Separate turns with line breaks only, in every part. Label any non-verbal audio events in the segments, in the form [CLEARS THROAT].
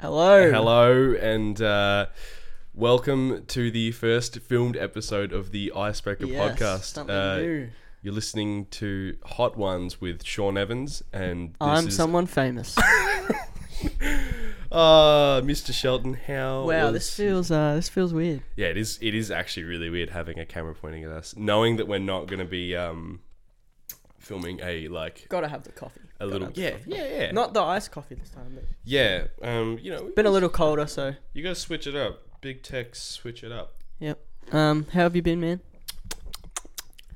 Hello.
Hello and uh, welcome to the first filmed episode of the Icebreaker
Yes,
podcast.
Something
Uh,
new.
You're listening to Hot Ones with Sean Evans and this
I'm
is,
someone
[LAUGHS]
famous.
Ah, Mr. Shelton. How
wow,
was-
this feels uh, this feels weird.
yeah, it is. It is actually really weird having a camera pointing at us, knowing that we're not going to be um, filming a like
Gotta have the coffee.
a little yeah yeah yeah
Not the iced coffee this time. But
yeah um you know
been a little colder, so
you gotta switch it up. Big tech, switch it up.
yep. Um, how have you been, man?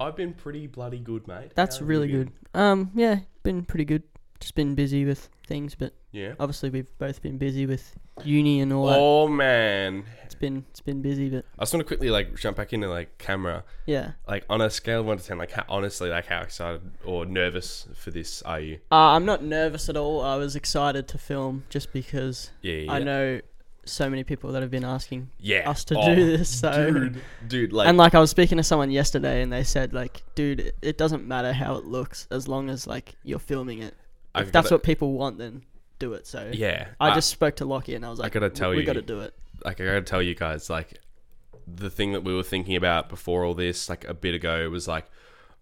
I've been pretty bloody good, mate.
That's
How have
really
you been?
good. Um, yeah, been pretty good. Just been busy with things, but
Yeah.
obviously we've both been busy with uni and all that.
Oh man,
It's been it's been busy, but
I just want to quickly like jump back into like camera.
yeah.
Like on a scale of one to ten, like how, honestly, like how excited or nervous for this are you?
Uh, I'm not nervous at all. I was excited to film just because
Yeah, yeah.
I
yeah.
know so many people that have been asking
Yeah.
us to
Oh,
do this. So
dude, dude, like,
and like I was speaking to someone yesterday, and they said like, dude, it doesn't matter how it looks as long as like you're filming it.
I've
if that's
gotta-
what people want, then do it. So
Yeah,
I just spoke to Lockie, and I was like,
gotta tell
we,
you-
we got to do it.
like I gotta tell you guys, like the thing that we were thinking about before all this, like a bit ago, was like,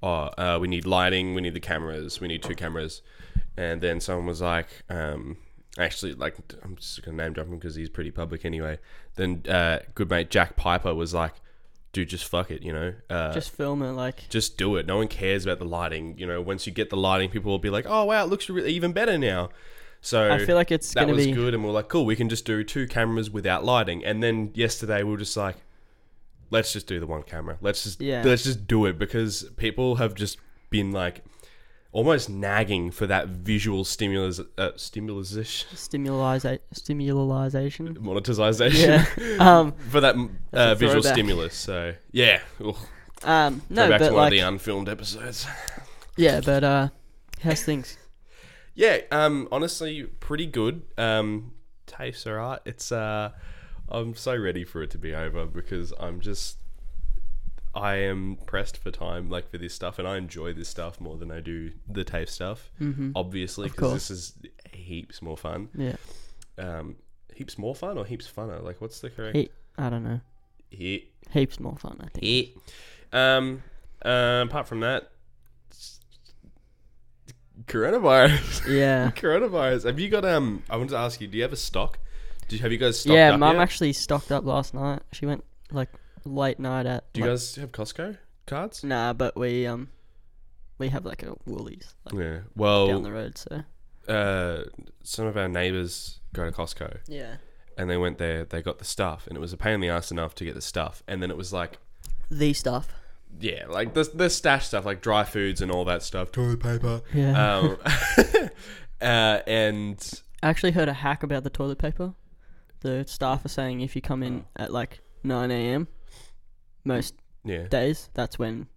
oh, uh, we need lighting, we need the cameras, we need two cameras, and then someone was like, um, actually, like I'm just gonna name drop him because he's pretty public anyway. Then uh, good mate Jack Piper was like, dude, just fuck it, you know, uh, just.
Just film it, like
do it. No one cares about the lighting. You know, once you get the lighting, people will be like, "Oh wow, it looks re- even better now." So
I feel like it's
that
gonna
was
be
good and we are like cool we can just do two cameras without lighting and then yesterday we were just like let's just do the one camera let's just
Yeah.
let's just do it because people have just been like almost nagging for that visual stimulus uh, stimulus [LAUGHS]
stimulization. Stimulization.
monetization
Yeah. um.
[LAUGHS] for that uh,
a
visual
throwback.
stimulus so yeah Ugh,
Um.
go
No,
back
but
to one
like,
of the unfilmed episodes [LAUGHS]
yeah, but uh, how's things?
Yeah, um, honestly, pretty good. Um, tastes alright. It's uh, I'm so ready for it to be over because I'm just, I am pressed for time, like for this stuff, and I enjoy this stuff more than I do the tape stuff. Mm-hmm. Obviously, because this is heaps more fun.
Yeah.
Um, heaps more fun or heaps funner? Like, what's the correct?
He- I don't know.
He-
Heaps more fun, I
[LAUGHS]
think.
he- Um, uh, apart from that, coronavirus.
Yeah.
Coronavirus. Have you got um? I wanted to ask you. Do you have a stock? Do you, have you guys stocked
yeah,
up
mum
yet?
actually stocked up last night. She went like late night at.
Do you
like-
guys have Costco cards?
Nah, but we um, we have like a Woolies like,
Yeah.
Mm. down
Well,
the road, so
uh, some of our neighbors go to Costco,
yeah.
and they went there. They got the stuff, and it was a pain in the ass enough to get the stuff, and then it was like.
The stuff.
Yeah, like the the stash stuff, like dry foods and all that stuff,
[LAUGHS]
toilet paper.
Yeah.
Um, [LAUGHS] uh, and
I actually heard a hack about the toilet paper. The staff are saying if you come in at like nine a.m. most
yeah,
days, that's when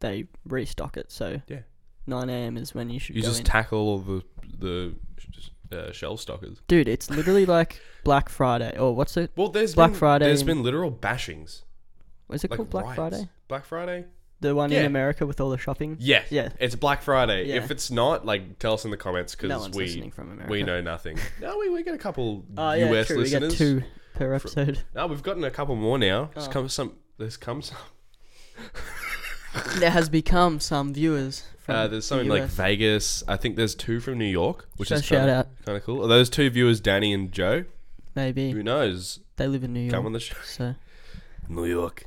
they restock it. So
Yeah.
nine a.m. is when you should
you
go
just
in.
tackle all the the uh, shelf stockers.
Dude, it's literally like Black Friday or what's it?
Well, there's
Black
been,
Friday
There's
and-
been literal bashings.
What's it
like
called? Black
riots.
Friday.
Black Friday.
The one in
Yeah.
America with all the shopping.
Yeah.
Yeah.
It's Black Friday.
Yeah.
If it's not, like, tell us in the comments
No
because
one's listening
we
from America.
we know nothing.
[LAUGHS]
no, we, we get a couple
Oh, yeah,
US
true.
listeners.
We get two per episode.
No, we've gotten a couple more now. There's
Oh.
come some. There's come some.
there has become some viewers from
Uh, there's some in
the
like
US.
Vegas. I think there's two from New York, which
So
is
shout
kinda,
out.
Kind of cool. Are those two viewers, Danny and Joe?
Maybe
Who knows?
they live in New York.
Come on the show.
So,
New York.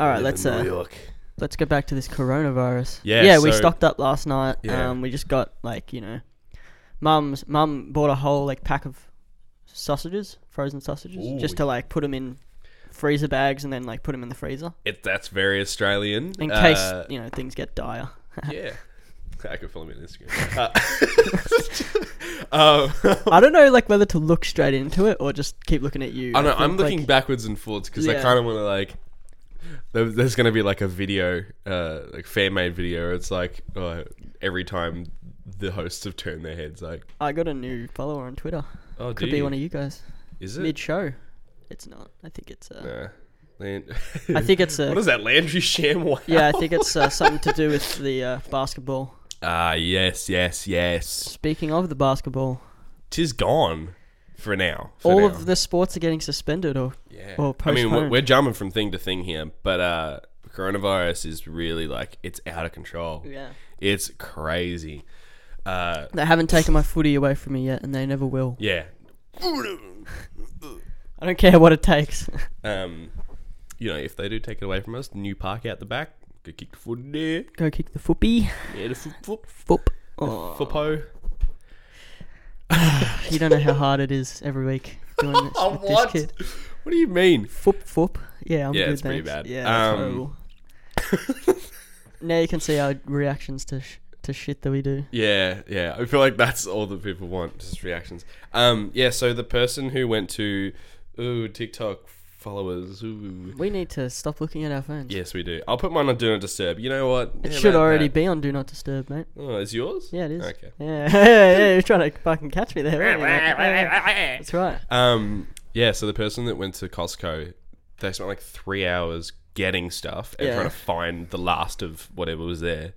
all
Live
right,
in
let's
New
uh,
York.
let's go back to this coronavirus.
Yeah,
yeah, we
so-
stocked up last night.
Yeah.
Um, we just got like you know, mum's mum bought a whole like pack of sausages, frozen sausages,
Ooh.
just to like put them in freezer bags and then like put them in the freezer
It, that's very Australian.
in case [LAUGHS]
Uh,
you know things get dire.
yeah. [LAUGHS] I could follow me on Instagram. Uh, [LAUGHS] um,
I don't know like whether to look straight into it or just keep looking at you.
I know.
think,
I'm looking
like-
backwards and forwards because I
Yeah.
kind of want to like. there- There's going to be like a video, uh, like fan made video. It's like uh, every time the hosts have turned their heads, like,
I got a new follower on Twitter.
oh,
Could be one of you guys.
Is it?
Mid show. It's not. I think it's. Uh,
Nah. Land- [LAUGHS]
I think it's
what
a.
is that Landry Sham?
Yeah, I think it's uh, something to do with the uh, basketball.
Ah, yes, yes, yes.
Speaking of the basketball,
Tis gone. for now. For
All
now.
of the sports are getting suspended or
yeah.
or
I mean, we're,
postponed.
we're jumping from thing to thing here, but uh, coronavirus is really like it's out of control.
yeah.
It's crazy. Uh,
They haven't taken my footy away from me yet, and they never will.
yeah.
I don't care what it [LAUGHS] takes.
Um, you know, if they do take it away from us, new park out the back. Go kick the foot in there.
Go kick the foopy.
Yeah, the foot, foot,
Foop. Oh,
footpo.
you don't know how hard it is every week doing
[LAUGHS]
this with
What?
this kid.
What do you mean?
Foop foop. Yeah, I'm
Yeah,
good.
it's pretty
thanks.
bad.
Yeah, that's
Um,
horrible.
[LAUGHS]
now you can see our reactions to sh- to shit that we do.
Yeah, yeah. I feel like that's all that people want, just reactions. Um, yeah. So the person who went to, ooh, TikTok followers. Ooh.
We need to stop looking at our phones.
Yes, we do. I'll put mine on Do Not Disturb. You know what?
It should already be on Do Not Disturb, mate.
Oh, is yours?
Yeah, it is.
Okay.
Yeah, [LAUGHS] yeah, you're trying to fucking catch me there. weren't
[LAUGHS]
you, mate? Yeah. That's right.
Um, yeah. So the person that went to Costco, they spent like three hours getting stuff and
Yeah.
trying to find the last of whatever was there,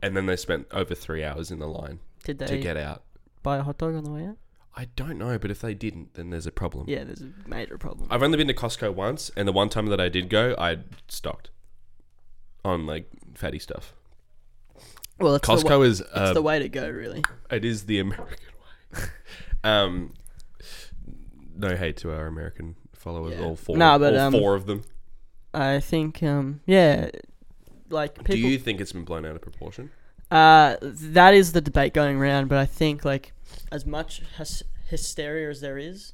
and then they spent over three hours in the line
Did
to
they
get out.
buy a hot dog on the way out?
I don't know, but if they didn't, then there's a problem.
Yeah, there's a major problem.
I've only been to Costco once, and the one time that I did go, I stocked on like fatty stuff.
Well, it's the, wa-
Costco is
it's
uh,
the way to go, really.
it is the American [LAUGHS] way. um, no hate to our American followers,
Yeah.
all four,
Nah, but,
all
um,
four of them.
I think, um, yeah, like people.
Do you think it's been blown out of proportion?
Uh, that is the debate going around, but I think like as much hys- hysteria as there is,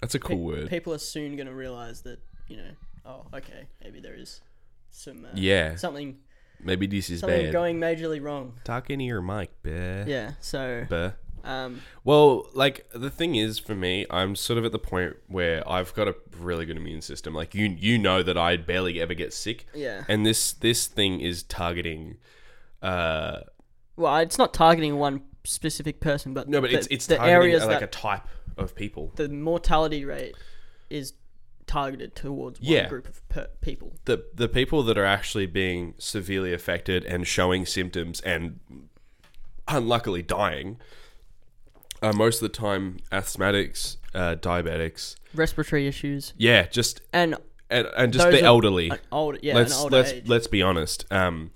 That's a
pe-
cool word.
people are soon going to realize that you know, oh, okay, maybe there is some uh,
yeah,
something
maybe this is
something
bad.
going majorly wrong.
Talk into your mic, bear.
Yeah, so
Bear.
um,
Well, like the thing is for me, I'm sort of at the point where I've got a really good immune system. Like you, you know that I barely ever get sick,
yeah.
and this this thing is targeting. Uh,
Well, it's not targeting one specific person, but
no, but
the,
it's it's
the
targeting
areas
like
that
a type of people.
the mortality rate is targeted towards one
Yeah.
group of per- people.
The the people that are actually being severely affected and showing symptoms and unluckily dying are most of the time asthmatics, uh, diabetics.
Respiratory issues
Yeah, just
and
and, and just
Those
the
are-
elderly.
an old yeah,
let's
an older
let's
age.
let's be honest. Um,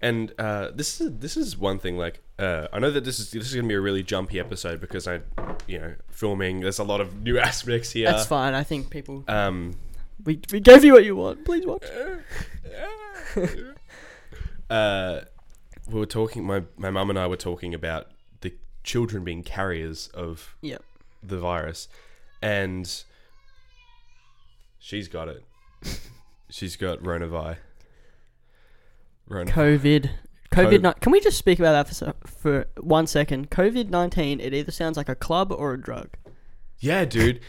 and uh, this is this is one thing. Like, uh, I know that this is this is gonna be a really jumpy episode because I, you know, filming. There's a lot of new [LAUGHS] aspects here.
That's fine. I think people
um,
we, we gave you what you want. Please watch.
[LAUGHS] uh, we were talking. My my mum and I were talking about the children being carriers of
Yep.
the virus, and
[LAUGHS]
she's got it. she's got Ronavi. Rona.
COVID. COVID.
Cov-
Ni- Can we just speak about that for so- for one second? COVID nineteen. It either sounds like a club or a drug.
Yeah, dude.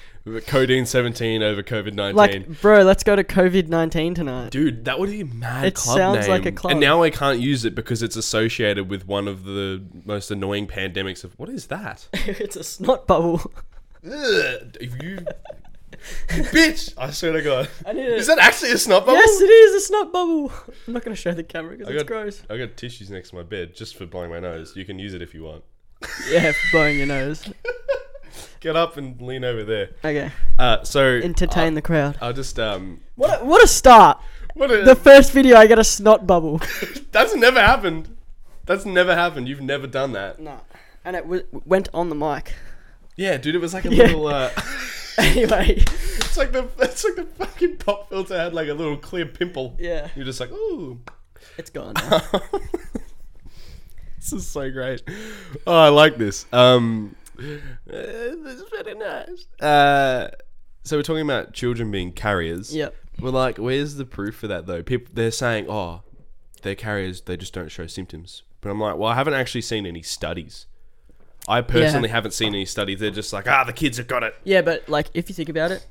Codeine 17 over COVID 19.
Like, bro, let's go to COVID nineteen tonight.
dude, that would be a mad
It
club
sounds like a
name.
club.
And now I can't use it because it's associated with one of the most annoying pandemics of what is that?
[LAUGHS] it's a snot bubble.
Ugh, if you bitch, I swear to God,
I need
is
it.
that actually a snot bubble?
Yes, it is a snot bubble. [LAUGHS] I'm not gonna show the camera because
I
it's
got-
gross.
I got tissues next to my bed just for blowing my nose. You can use it if you want.
Yeah, for blowing your nose.
Get up and lean over there.
Okay,
Uh, so
entertain the crowd.
I, I'll just um.
What a, what a start!
What a,
The first video, I get a snot [LAUGHS] bubble.
that's never happened. That's never happened. You've never done that.
nah, and it w- went on the mic.
Yeah, dude, it was like a
Yeah.
little. Uh,
[LAUGHS] anyway,
[LAUGHS] it's like the it's like the fucking pop filter had like a little clear pimple.
yeah,
You're just like, ooh,
it's gone. now.
[LAUGHS] this is so great. Oh, I like this. Um, uh, this is very nice. Uh, so we're talking about children being
[LAUGHS]
carriers.
yep.
We're like, where's the proof for that though? People they're saying, oh, they're carriers. They just don't show symptoms. But I'm like, well, I haven't actually seen any studies. I personally haven't seen any studies. They're just like, ah, the kids have got it.
Yeah, but like if you think about it,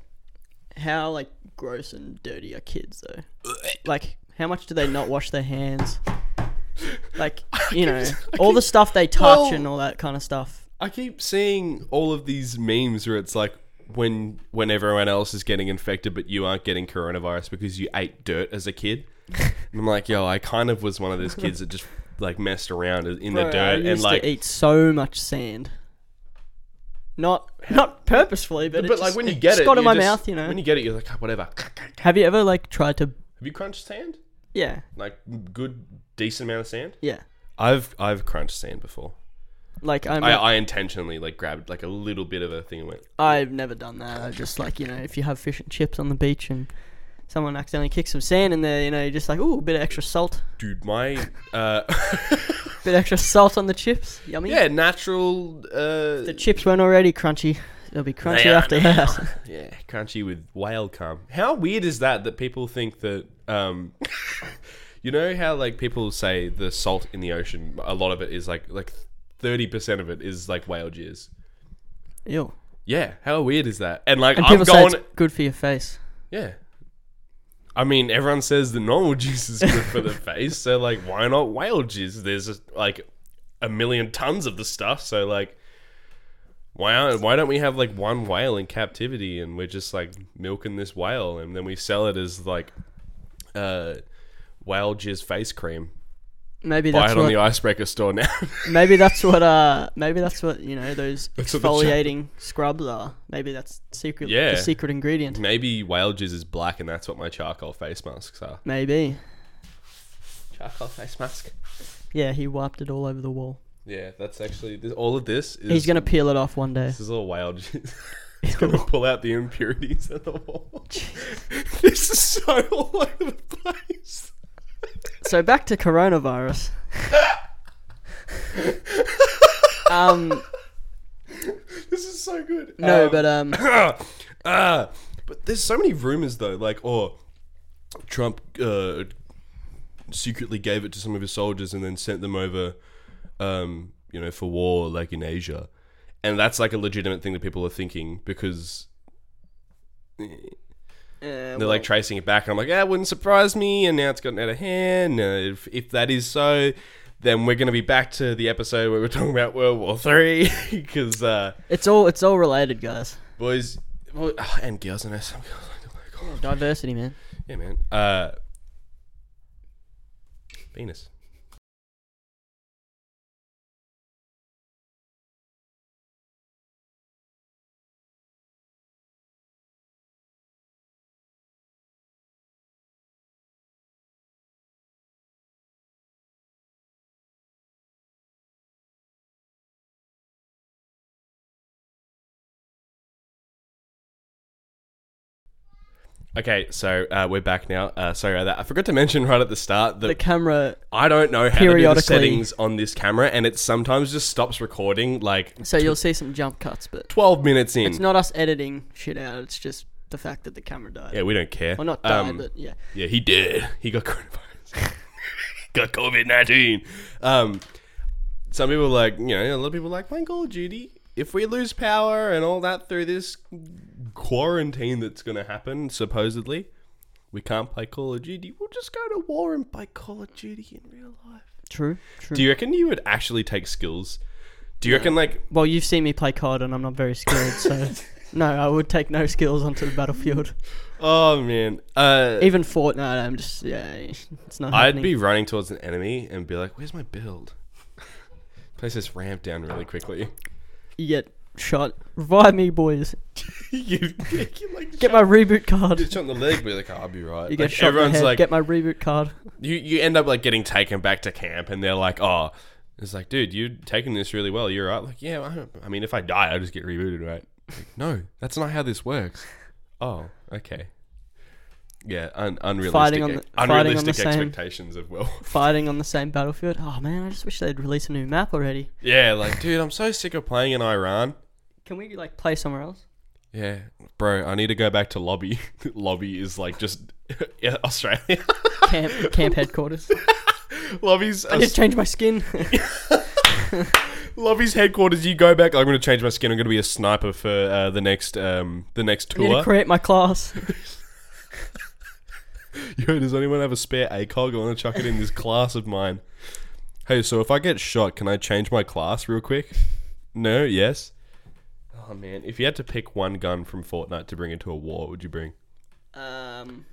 how like gross and dirty are kids [LAUGHS] though? Like how much do they not wash their [LAUGHS] hands? Like you know all the stuff they touch
Well-
and all that kind of stuff.
I keep seeing all of these memes where it's like when when everyone else is getting infected but you aren't getting coronavirus because you ate dirt as
[LAUGHS]
a kid. and I'm like, yo, I kind of was one of those kids that just like messed around in the
Bro, I
dirt
used
and like
to eat so much sand. Not not purposefully, but, it
But, like
just-
when you
it
get
just
it,
got in
you
my
just-
mouth, you know.
When you get it, you're like "Ah, whatever. Have
Have you ever like tried to?
you crunched sand?
Yeah,
Like good, decent amount of sand?
yeah.
I've I've crunched sand before.
Like I'm,
I,
I,
I intentionally like grabbed like a little bit of a thing and went.
have never done that. I just like you know, if you have fish and chips on the beach and someone accidentally kicks some sand in there, you know, you're just like, ooh, a bit of extra salt, [LAUGHS]
Dude, my uh, [LAUGHS]
bit of extra salt on the chips. Yummy.
yeah, natural uh,
The chips weren't already crunchy. They'll be crunchy
They are
after
now.
that.
Yeah, crunchy with whale cum. How weird is that that people think that um [LAUGHS] you know how like people say the salt in the ocean a lot of it is like like 30% of it is like whale jizz.
[LAUGHS] Ew.
Yeah, how weird is that? And like
And
I'm
people
going
say it's good for your face.
yeah. I mean, everyone says the normal [LAUGHS] juice is good for the face, so like why not whale juice? There's just, like a million tons of the stuff, so like why aren't, why don't we have like one whale in captivity and we're just like milking this whale and then we sell it as like uh whale jizz face cream.
Maybe
Buy
that's
it on
what.
the icebreaker store now. [LAUGHS]
maybe that's what. Uh. Maybe that's what you know. Those
That's what the chap-
exfoliating scrubs are. Maybe that's secret.
Yeah.
The secret ingredient.
Maybe whale jizz is black and that's what my charcoal face masks are.
Maybe.
Charcoal face mask.
Yeah. He wiped it all over the wall.
Yeah, that's actually this, all of this is
He's gonna peel it off one day.
This is all wild. [LAUGHS] He's
[LAUGHS]
gonna pull out the impurities at the wall. [LAUGHS] this is so [LAUGHS] all over the place.
So back to coronavirus. um.
[LAUGHS] This is so good.
No, but
[COUGHS]
um.
but ah, but there's so many rumors though. Like, oh, Trump uh, secretly gave it to some of his soldiers and then sent them over, um, you know, for war, like in Asia, and that's like a legitimate thing that people are thinking because
Uh,
They're like tracing it back, and I'm like, that wouldn't surprise me. And now it's gotten out of hand. Uh, if, if that is so, then we're going to be back to the episode where we're talking about World War Three, [LAUGHS] because uh,
it's all it's all related, guys.
boys, boy, oh, [SIGHS] and girls, I know some girls like to like, oh,
Diversity, man.
[LAUGHS] yeah, man, uh, penis. Okay, so uh, we're back now. Uh, sorry about that. I forgot to mention right at the start that
The camera.
I don't know how to do the
Periodically-
settings on this camera, and it sometimes just stops recording like
So you'll see some jump cuts, but
12 minutes in.
It's not us editing shit out. It's just the fact that the camera died.
yeah, we don't care.
Well, not died,
Um,
but yeah.
Yeah, he did. He got coronavirus. [LAUGHS] got COVID nineteen. Um, some people like you know a lot of people like playing Call of Duty. If we lose power and all that through this quarantine that's going to happen, supposedly, we can't play Call of Duty. We'll just go to war and play Call of Duty in real life.
True. True.
Do you reckon you would actually take skills? Do you reckon like
well, you've seen me play COD, and I'm not very skilled, so no, I would take no skills onto the battlefield.
oh man, uh,
Even Fortnite, I'm just yeah, it's not.
I'd
happening.
be running towards an enemy and be like, "Where's my build?" [LAUGHS] Place this ramp down really quickly. [LAUGHS]
You get shot. Revive me, boys.
you, you like
Get my reboot
get
card.
shot in the leg, but you're like, "Oh, I'll be right.
You get
Like,
shot. in the
everyone's
head.
like,
get my reboot card.
you you end up like getting taken back to camp, and they're like, oh, it's like, dude, you're taking this really well. You're right. Like, yeah, I, don't- I mean, if I die, I just get rebooted, right? Like, no, that's not how this works. [LAUGHS] Oh, okay. Yeah, un- unrealistic,
Fighting on
ex-
the- fighting on the
unrealistic
same-
expectations of well.
Fighting on the same battlefield. Oh man, I just wish they'd release a new map already.
yeah, like, dude, I'm so sick of playing in Iran.
Can we like play somewhere else?
Yeah, bro, I need to go back to lobby. [LAUGHS] lobby is like just [LAUGHS] yeah, Australia. [LAUGHS]
Camp, camp headquarters.
Lobby's uh,
I just change my skin. [LAUGHS]
Lobby's headquarters. You go back. I'm going to change my skin. I'm going to be a sniper for uh, the next um, the next
I need to
tour.
create my class.
Yo, does anyone have a spare ACOG? I want to chuck it in this class of mine. Hey, so if I get shot, can I change my class real quick? No. Yes. Oh man, if you had to pick one gun from Fortnite to bring into a war, what would you bring?
Um,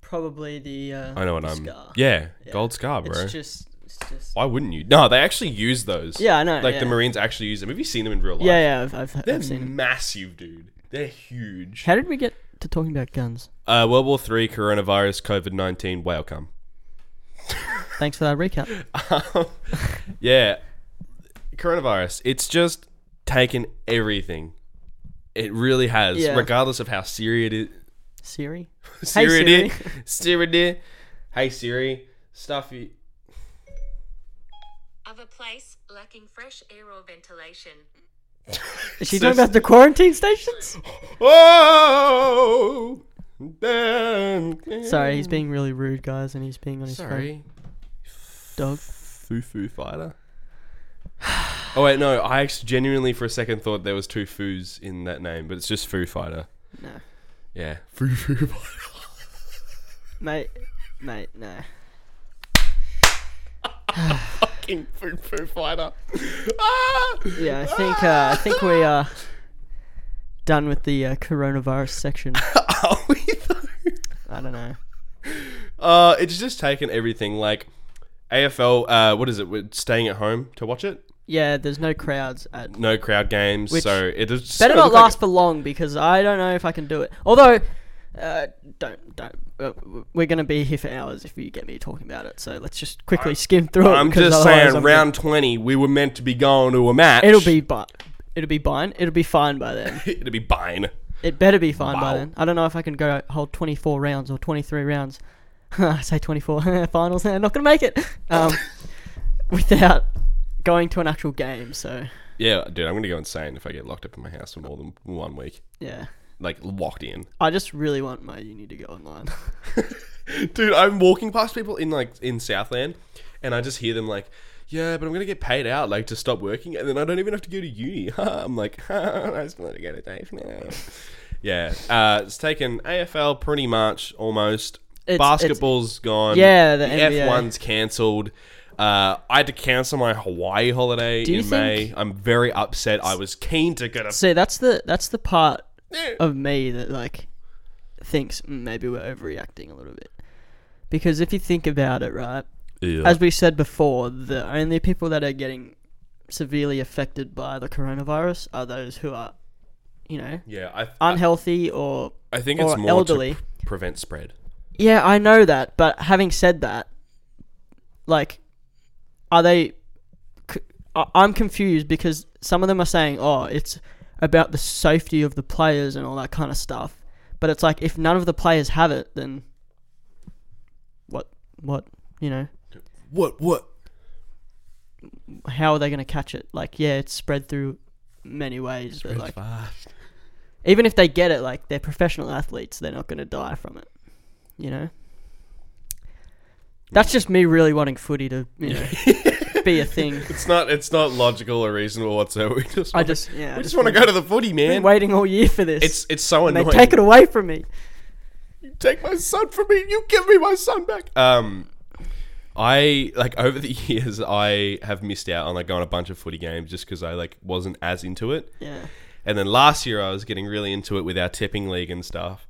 probably the. Uh,
I know what
the
I'm.
Scar.
Yeah,
Yeah.
gold scar, bro.
It's just It's just
Why wouldn't you? No, they actually use those.
Yeah, I know,
Like the
yeah.
Marines actually use them. Have you seen them in real life?
yeah, yeah. I've, I've,
They're
I've seen. It.
massive, dude. They're huge.
How did we get to talking about guns?
Uh, World War Three, coronavirus, COVID nineteen, whale come.
Thanks for that recap.
Um, yeah, coronavirus. It's just taken everything. It really has,
Yeah.
regardless of how serious it is.
Siri.
Siri,
Siri.
dear. Siri, dear. Hey Siri, stuff you.
of a place lacking fresh air or ventilation.
Is she
So-
talking about the quarantine stations?
Oh, damn.
Sorry, he's being really rude, guys, and he's being on his
Sorry,
phone. Dog.
Foo Foo Fighter. [SIGHS] Oh wait, no. I actually genuinely for a second thought there was two foos in that name, but it's just Foo Fighter.
No,
Yeah, Foo Foo Fighter.
mate, mate, no.
Fucking Foo Foo Fighter. [LAUGHS] ah!
Yeah, I think uh, I think we are done with the uh, coronavirus section.
[LAUGHS] Are we though?
I don't know.
Uh, it's just taken everything. Like AFL, uh, what is it? We're staying at home to watch it.
Yeah, there's no crowds at.
No crowd games,
Which-
so it is
Better
sort of
not
like-
last for long because I don't know if I can do it. Although, uh, don't don't. uh, We're gonna be here for hours if you get me talking about it. So let's just quickly skim through it.
I'm
because
just
otherwise
saying,
I'm gonna-
round twenty, we were meant to be going to a match.
It'll be but it'll be fine. It'll be fine by then.
[LAUGHS] it'll be buying.
It better be fine by
Wow.
then. I don't know if I can go hold 24 rounds or 23 rounds. [LAUGHS] I say 24 [LAUGHS] finals. I'm not gonna make
[LAUGHS]
it um, without going to an actual game. So
Yeah, dude, I'm gonna go insane if I get locked up in my house for more than one week.
yeah,
Like
[LAUGHS]
locked in,
I just really want my uni to go online. [LAUGHS]
dude. I'm walking past people in like in Southland, and I just hear them like, "Yeah, but I'm gonna get paid out like to stop working, and then I don't even have to go to uni." [LAUGHS] I'm like, "I just want to go to
[LAUGHS]
Dave now." yeah, uh, it's taken AFL pretty much almost.
It's-
Basketball's gone.
Yeah, the NBA.
F1's cancelled. Uh, I had to cancel my Hawaii holiday
Do you
in May.
think-
I'm very upset. I was keen to get a
See, that's the that's the part of me that like thinks "Mm, maybe we're overreacting a little bit. Because if you think about it, right, as we said before, the only people that are getting severely affected by the coronavirus are those who are, you know,
Yeah, I, I,
unhealthy or
I think
or
it's more
elderly.
to p- prevent spread.
yeah, I know that, but having said that, like, are they? c- I- I'm confused because some of them are saying, "Oh, it's about the safety of the players and all that kind of stuff," but it's like if none of the players have it, then what? What you know?
What? What?
how are they going to catch it? Like, yeah, it's spread through many ways. But like, even if they get it, like they're professional athletes, they're not going to die from it. You know, that's just me really wanting footy to you
[LAUGHS]
know be a thing.
It's not. It's not logical or reasonable whatsoever. [LAUGHS] We just.
I
wanna-
just yeah,
We
I
just want to go to the footy,
been
man.
waiting all year for this.
It's it's so
and they
annoying.
take it away from me.
Take my son from me. You give me my son back. Um, I like over the [LAUGHS] years I have missed out on like going to a bunch of footy games just because I like wasn't as into it.
Yeah,
And then last year I was getting really into it with our tipping league and stuff.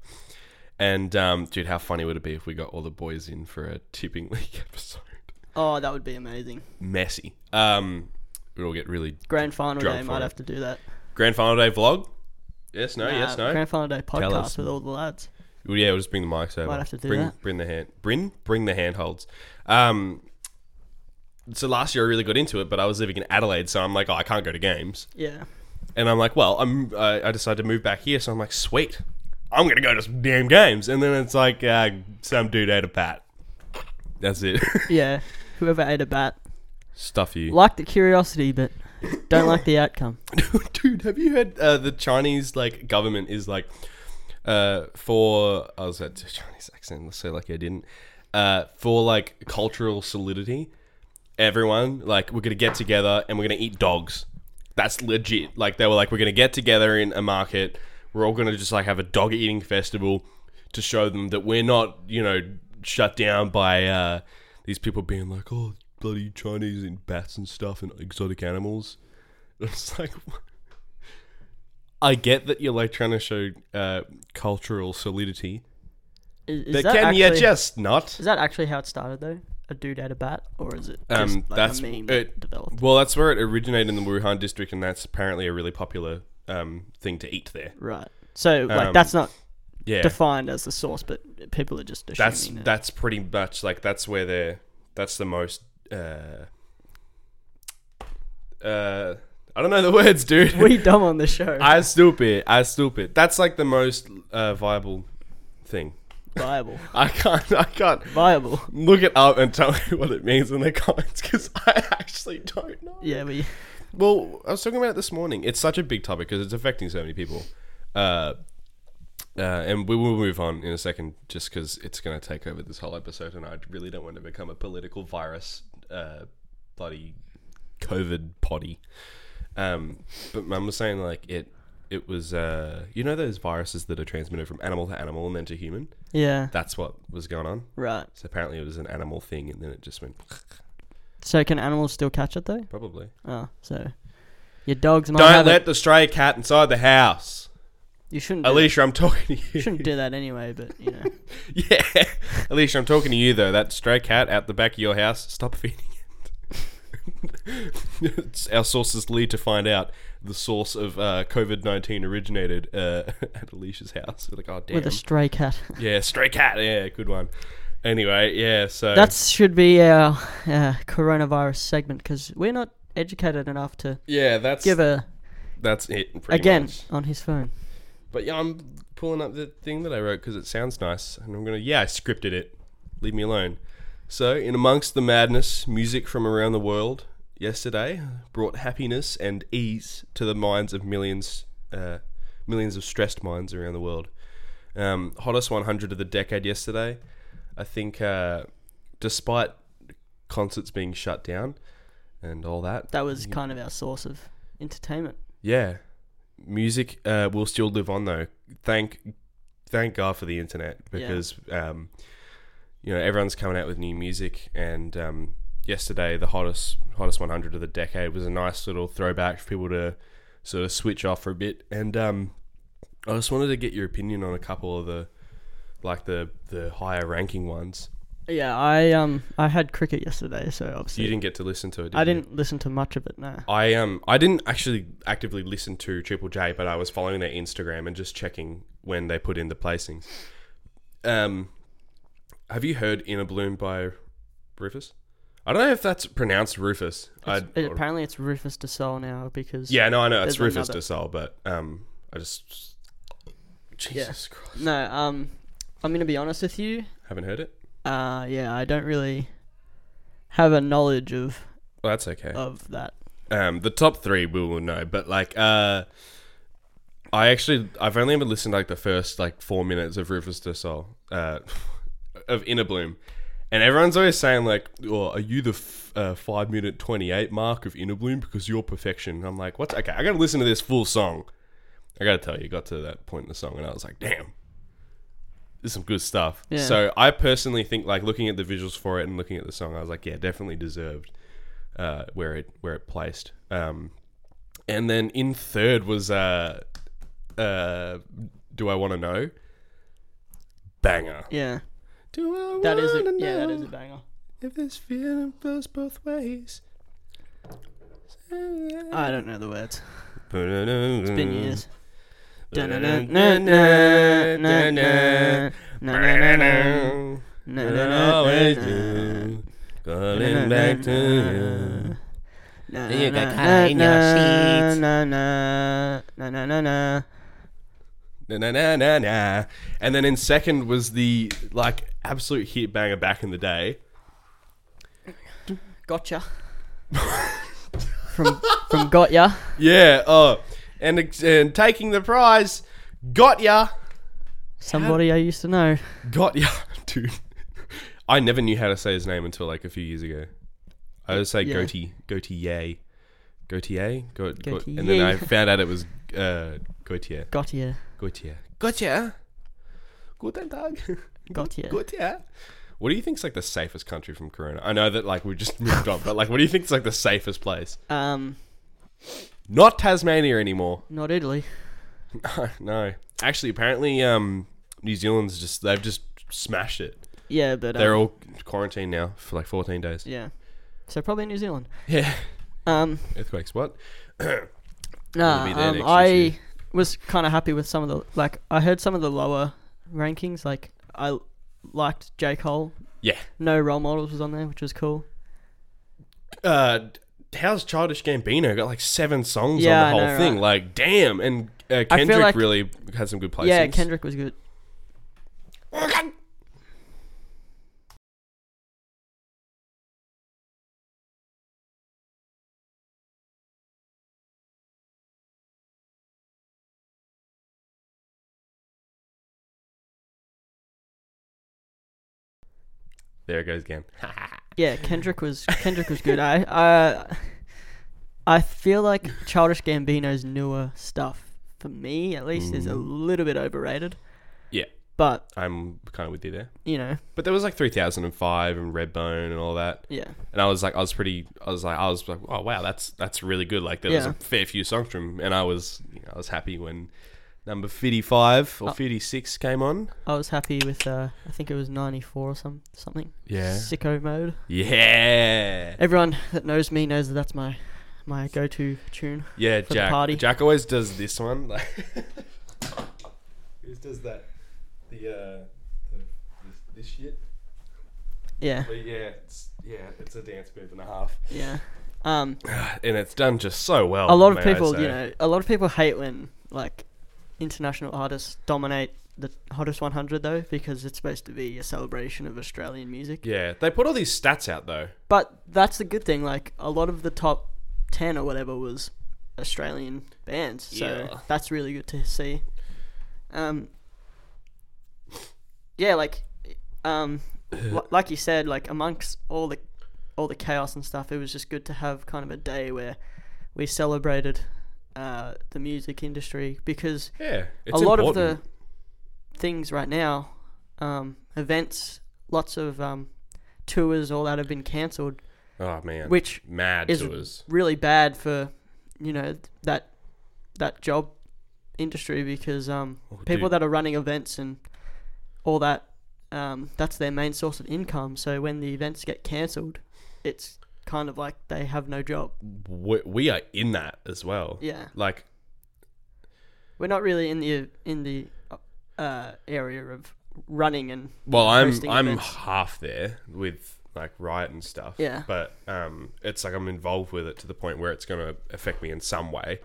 And um, dude, how funny would it be if we got all the boys in for a tipping [LAUGHS] league episode?
oh, that would be amazing.
Messy. Um, we all get really
Grand final
Drunk
day
for
might
it.
have to do that.
grand final day vlog. Yes, no,
Nah,
yes, no.
Grand final day
us.
podcast with all the lads.
Well, yeah, we'll just bring the mics over.
Might have to do
bring,
that.
Bring the hand. Bring bring the handholds. Um, so last year I really got into it, but I was living in Adelaide, so I'm like, oh, I can't go to games.
Yeah,
And I'm like, well, I'm I, I decided to move back here, so I'm like, sweet, I'm gonna go to some damn games. And then it's like, uh, some dude ate a bat. That's it. [LAUGHS]
yeah. Whoever ate a bat.
Stuff you,
like the curiosity, but don't like the outcome.
[LAUGHS] dude. Have you heard uh, the Chinese like government is like, uh, for I was at Chinese accent. Let's say like I didn't. Uh, for like cultural solidity, everyone like we're gonna get together and we're gonna eat dogs. That's legit. Like they were like we're gonna get together in a market. We're all gonna just like have a dog eating festival to show them that we're not you know shut down by uh, these people being like oh bloody Chinese and bats and stuff and exotic animals. [LAUGHS] It's like. I get that you're like trying to show uh, cultural solidity,
Is, is
but
that
can
actually,
you just not?
Is that actually how it started, though? a dude at a bat, or is it
Um,
just like
that's-
a meme
it-
developed?
Well, that's where it originated in the Wuhan district, and that's apparently a really popular um, thing to eat there.
Right. So like
um,
that's not
Yeah,
defined as the source, but people are just assuming
that's
that.
that's pretty much like that's where they're that's the most. Uh, uh, I don't know the [LAUGHS] words, dude.
[LAUGHS] we dumb on the show.
I stupid. I stupid. That's like the most uh, viable thing.
viable,
I can't. I can't
viable.
look it up and tell [LAUGHS] me what it means in the comments because I actually don't know.
Yeah, we.
Well, I was talking about it this morning. It's such a big topic because it's affecting so many people. Uh, uh, and we will move on in a second just because it's going to take over this whole episode. And I really don't want to become a political virus, uh, bloody COVID potty. Um, but mum was saying, like, it. It was, uh, you know, those viruses that are transmitted from animal to animal and then to human.
Yeah.
That's what was going on.
Right.
So apparently, it was an animal thing, and then it just went
So can animals still catch it though?
probably.
Oh, so your dogs might
Don't
have
let
it.
the stray cat inside the house.
You shouldn't. Do that.
Alicia, I'm talking to
You
you.
shouldn't do that anyway, but you know.
[LAUGHS] yeah. Alicia, I'm talking to you, though. That stray cat out the back of your house, stop feeding it. [LAUGHS] It's- Our sources lead to find out the source of uh, COVID 19 originated uh, [LAUGHS] at Alicia's house. We're like, oh, damn.
With a stray cat.
yeah, stray cat. Yeah, good one. Anyway, yeah, so.
That should be our uh, coronavirus segment because we're not educated enough to
yeah, that's
give a
that's it. Pretty
again
much.
on his phone.
But yeah, I'm pulling up the thing that I wrote because it sounds nice, and I'm gonna yeah, I scripted it. Leave me alone. So, in amongst the madness, music from around the world yesterday brought happiness and ease to the minds of millions, uh, millions of stressed minds around the world. Um, hottest 100 of the decade yesterday. I think, uh, despite concerts being shut down and all that,
That was kind of our source of entertainment.
yeah, music uh, will still live on though. Thank, thank God for the internet because um, you know everyone's coming out with new music. And um, yesterday, the hottest hottest 100 of the decade was a nice little throwback for people to sort of switch off for a bit. And um, I just wanted to get your opinion on a couple of the like the the higher ranking ones.
Yeah, I um I had cricket yesterday, so obviously
You didn't get to listen to it. Did
I
you?
didn't listen to much of it. No.
I um I didn't actually actively listen to Triple J, but I was following their Instagram and just checking when they put in the placings. Um, have you heard "In a Bloom" by Rufus? I don't know if that's pronounced Rufus. I
It's- it- apparently, it's Rufus DeSole now because
yeah, no, I know it's
there's
Rufus
another-
DeSalle, but um, I just Jesus Christ,
No, um, I'm gonna be honest with you.
haven't heard it.
Uh, yeah, I don't really have a knowledge of
Well, that's okay.
of that.
Um, the top three we will know, but like, uh, I actually I've only ever listened to, like the first like four minutes of Rufus DeSol, uh, [LAUGHS] of Inner Bloom, and everyone's always saying like, "Oh, are you the f- uh, five minute twenty eight mark of Inner Bloom because you're perfection?" And I'm like, "What's okay? I got to listen to this full song." I got to tell you, got to that point in the song, and I was like, "Damn." This is some good stuff.
Yeah.
So I personally think, like looking at the visuals for it and looking at the song, I was like, yeah, definitely deserved uh, where it where it placed. Um, and then in third was uh, uh, do I want to know? Banger.
Yeah,
Do I
that is
wanna
a, yeah, that
know
is a banger.
If this feeling flows both ways.
I don't know the words.
It's
Been years.
Always do. Calling back to you. You got caught in your sheets. na na na na na. And then in second was the like absolute hit banger back in the day.
Gotcha. from from Gotcha.
Yeah. Oh, and ex- and taking the prize, got ya,
Somebody I used to know.
got ya, [LAUGHS] dude. I never knew how to say his name until like a few years ago. I would say
Yeah.
goatee, goatee, goatee, go, go, and then
Gautier.
[LAUGHS] I found out it was uh, Gautier,
Gotcha.
Gautier, Gautier, Guten Tag, [LAUGHS]
Gotcha.
Gautier. What do you think's like the safest country from Corona? I know that like we just [LAUGHS] moved on, but like, what do you think's like the safest place?
Um,
Not Tasmania anymore. [LAUGHS]
not Italy.
no. Actually, apparently, um, New Zealand's just they've just smashed it.
Yeah, but um,
They're all quarantined now for like 14 days.
yeah. So probably New Zealand.
Yeah.
Um,
Earthquakes. What?
nah,
be there
um,
next
I
year too.
was kind of happy with some of the like I heard some of the lower rankings. Like I liked J Cole.
Yeah.
No role models was on there, which was cool.
Uh, how's Childish Gambino got like seven songs
Yeah, I
on the whole
know,
thing?
right?
Like, damn. And uh,
I feel
Kendrick
like-
really had some good placings.
Yeah, Kendrick was good.
There it goes again.
Yeah, Kendrick was Kendrick was good. I uh, I feel like Childish Gambino's newer stuff for me at least is a little bit overrated.
Mm. Yeah.
But
I'm kind of with you there.
you know,
But there was like 3005 and Redbone and all that.
yeah,
And I was like, I was pretty, I was like, I was like, oh wow, that's that's really good. Like there was
Yeah.
a fair few songs from, and I was, you know, I was happy when number fifty five
Oh.
or fifty six came on.
I was happy with uh, I think it was ninety four or some something.
Yeah.
Sicko mode.
Yeah,
Everyone that knows me knows that that's my my go to tune.
yeah.
For the
Jack,
party.
Jack always does this one. [LAUGHS] Like, he always does that. The uh, the, this, this shit.
Yeah,
But yeah, it's yeah, it's a dance move and a half,
yeah. Um,
and it's done just so well.
a lot of
may I
people,
say.
you know, a lot of people hate when like international artists dominate the hottest 100 though because it's supposed to be a celebration of Australian music.
Yeah, they put all these stats out though.
But that's the good thing. Like a lot of the top 10 or whatever was Australian bands, so
Yeah.
that's really good to see. Um, yeah, like,
[LAUGHS]
um, li- like you said, like amongst all the all the chaos and stuff, it was just good to have kind of a day where we celebrated uh, the music industry because
Yeah, it's
a lot
important.
of the things right now, um, events, lots of um, tours, all that have been cancelled,
Oh man,
which
mad
is-
tours.
really bad for you know that that job industry because um, people
dude.
that are running events and all that um, that's their main source of income. So when the events get cancelled, it's kind of like they have no job.
We, we are in that as well.
Yeah,
Like,
we're not really in the in the uh, area of running and
well, I'm
Hosting
I'm
events.
half there with like riot and stuff.
Yeah.
But um, it's like I'm involved with it to the point where it's going to affect me in some way.